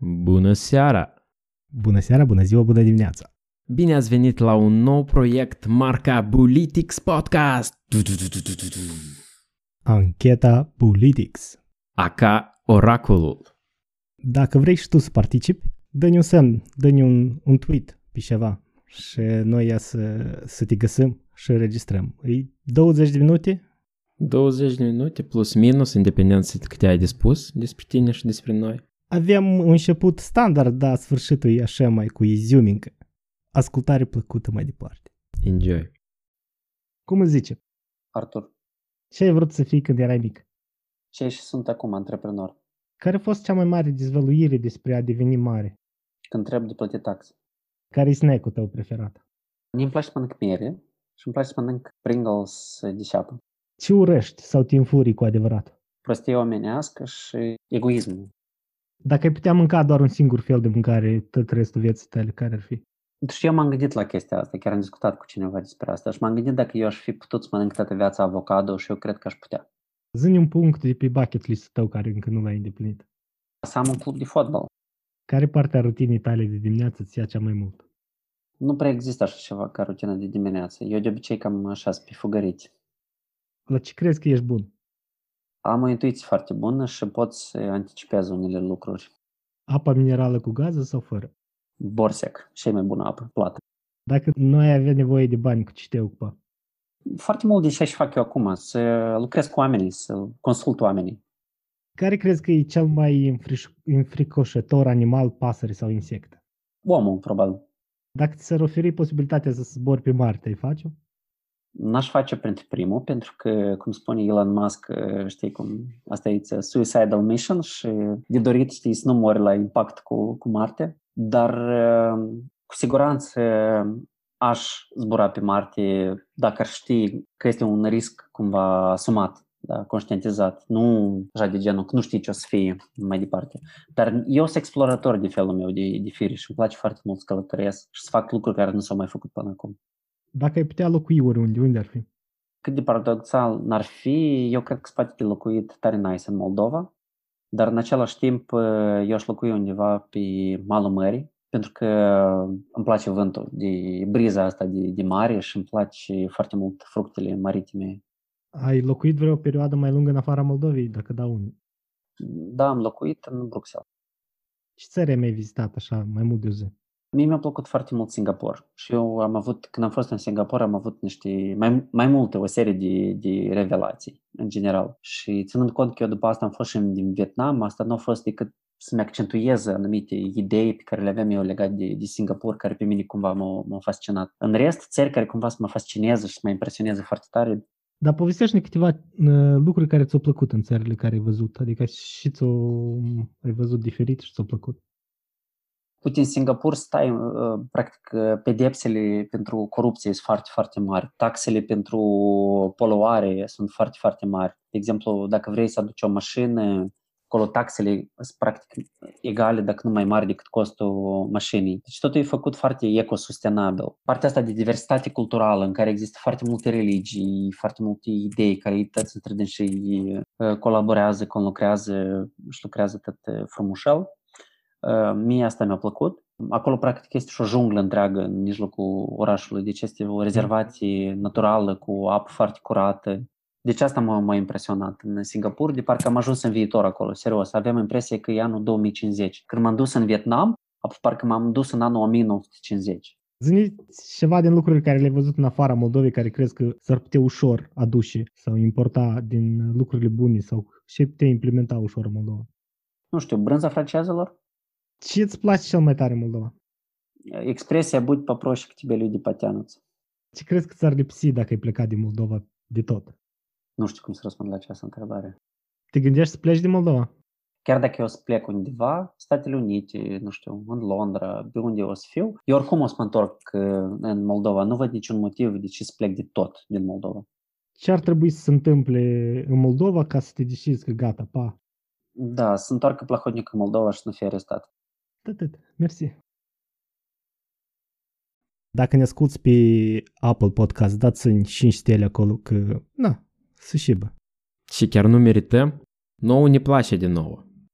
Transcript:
Bună seara! Bună seara, bună ziua, bună dimineața! Bine ați venit la un nou proiect marca Bulitics Podcast! Ancheta Politics. Aca Oracolul. Dacă vrei și tu să participi, dă-ne un semn, dă-ne un, un tweet pe ceva și noi ia să, să te găsim și înregistrăm. E 20 de minute? 20 de minute plus minus, independent de câte ai de spus despre tine și despre noi. Avem un început standard, dar sfârșitul e așa mai cu iziumincă. Ascultare plăcută mai departe. Enjoy. Cum îți zice? Artur, Ce ai vrut să fii când erai mic? ce și sunt acum antreprenor? Care a fost cea mai mare dezvăluire despre a deveni mare? Când trebuie de plătit taxe. Care e snack-ul tău preferat? Mie îmi place să mănânc mere și îmi place să mănânc Pringles uh, de șapă. Ce urăști sau te înfurii cu adevărat? Prostie omenească și egoismul. Dacă ai putea mânca doar un singur fel de mâncare tot restul vieții tale, care ar fi? Deci eu m-am gândit la chestia asta, chiar am discutat cu cineva despre asta și m-am gândit dacă eu aș fi putut să mănânc toată viața avocado și eu cred că aș putea. Zine un punct de pe bucket list tău care încă nu l-ai îndeplinit. Să am un club de fotbal. Care parte a rutinii tale de dimineață îți ia cea mai mult? Nu prea există așa ceva ca rutină de dimineață. Eu de obicei cam așa sunt pifugăriți. La ce crezi că ești bun? Am o intuiție foarte bună și pot să anticipez unele lucruri. Apa minerală cu gază sau fără? Borsec, cea mai bună apă, plată. Dacă noi avea nevoie de bani, cu ce te ocupa? Foarte mult din ce fac eu acum, să lucrez cu oamenii, să consult oamenii. Care crezi că e cel mai înfriș- înfricoșător animal, pasăre sau insect? Omul, probabil. Dacă ți s-ar oferi posibilitatea să zbori pe Marte, ai face N-aș face printre primul, pentru că, cum spune Elon Musk, știi cum, asta e ți- suicidal mission și de dorit, știi, să nu mori la impact cu, cu Marte, dar eh, cu siguranță aș zbura pe Marte dacă ar ști că este un risc cumva asumat, da, conștientizat, nu așa de genul, că nu știi ce o să fie mai departe. Dar eu sunt explorator de felul meu de, de fire și îmi place foarte mult să călătoresc și să fac lucruri care nu s-au mai făcut până acum. Dacă ai putea locui oriunde, unde ar fi? cât de paradoxal n-ar fi, eu cred că se poate de locuit tare nice în Moldova, dar în același timp uh, eu aș locui undeva pe malul mării, pentru că uh, îmi place vântul, de briza asta de, de mare și îmi place foarte mult fructele maritime. Ai locuit vreo perioadă mai lungă în afara Moldovei, dacă da unde? Da, am locuit în Bruxelles. Ce țări ai mai vizitat așa, mai mult de o zi? Mie mi-a plăcut foarte mult Singapore și eu am avut, când am fost în Singapore, am avut niște, mai, mai multe, o serie de, de revelații, în general. Și ținând cont că eu după asta am fost și în- din Vietnam, asta nu a fost decât să-mi accentuez anumite idei pe care le aveam eu legate de, de Singapore, care pe mine cumva m-au, m-au fascinat. În rest, țări care cumva să mă fascineze și să mă impresioneze foarte tare, Dar povestește-ne câteva uh, lucruri care ți-au plăcut în țările care ai văzut, adică și ți-au ai văzut diferit și ți-au plăcut. Uite, în Singapore stai, uh, practic, uh, pedepsele pentru corupție sunt foarte, foarte mari. Taxele pentru poluare sunt foarte, foarte mari. De exemplu, dacă vrei să aduci o mașină, acolo taxele sunt practic egale, dacă nu mai mari decât costul mașinii. Deci totul e făcut foarte ecosustenabil. Partea asta de diversitate culturală, în care există foarte multe religii, foarte multe idei care ei toți între și colaborează, conlucrează și lucrează tot uh, frumușel. Uh, Mie asta mi-a plăcut. Acolo, practic, este și o junglă întreagă în mijlocul orașului, deci este o rezervație naturală cu apă foarte curată. Deci asta m-a, m-a impresionat în Singapore, de parcă am ajuns în viitor acolo, serios. Aveam impresia că e anul 2050. Când m-am dus în Vietnam, apoi parcă m-am dus în anul 1950. Zine ceva din lucrurile care le-ai văzut în afara Moldovei, care crezi că s-ar putea ușor aduce sau importa din lucrurile bune sau ce ai putea implementa ușor în Moldova. Nu știu, brânza francezelor? Ce îți place cel mai tare în Moldova? Expresia «будь попроще к тебе люди потянутся». Ce crezi că ți-ar lipsi dacă ai plecat din Moldova de tot? Nu știu cum să răspund la această întrebare. Te gândești să pleci din Moldova? chiar dacă eu o să plec undeva, Statele Unite, nu știu, în Londra, pe unde o să fiu, eu oricum o să mă întorc uh, în Moldova. Nu văd niciun motiv de ce să plec de tot din Moldova. Ce ar trebui să se întâmple în Moldova ca să te decizi că gata, pa, Da, să întoarcă plahodnic în Moldova și să nu fie arestat. Atât. Mersi. Dacă ne asculti pe Apple Podcast, dați-mi 5 stele acolo că, na, să șibă. Și chiar nu merităm? Nouă ne place de nouă.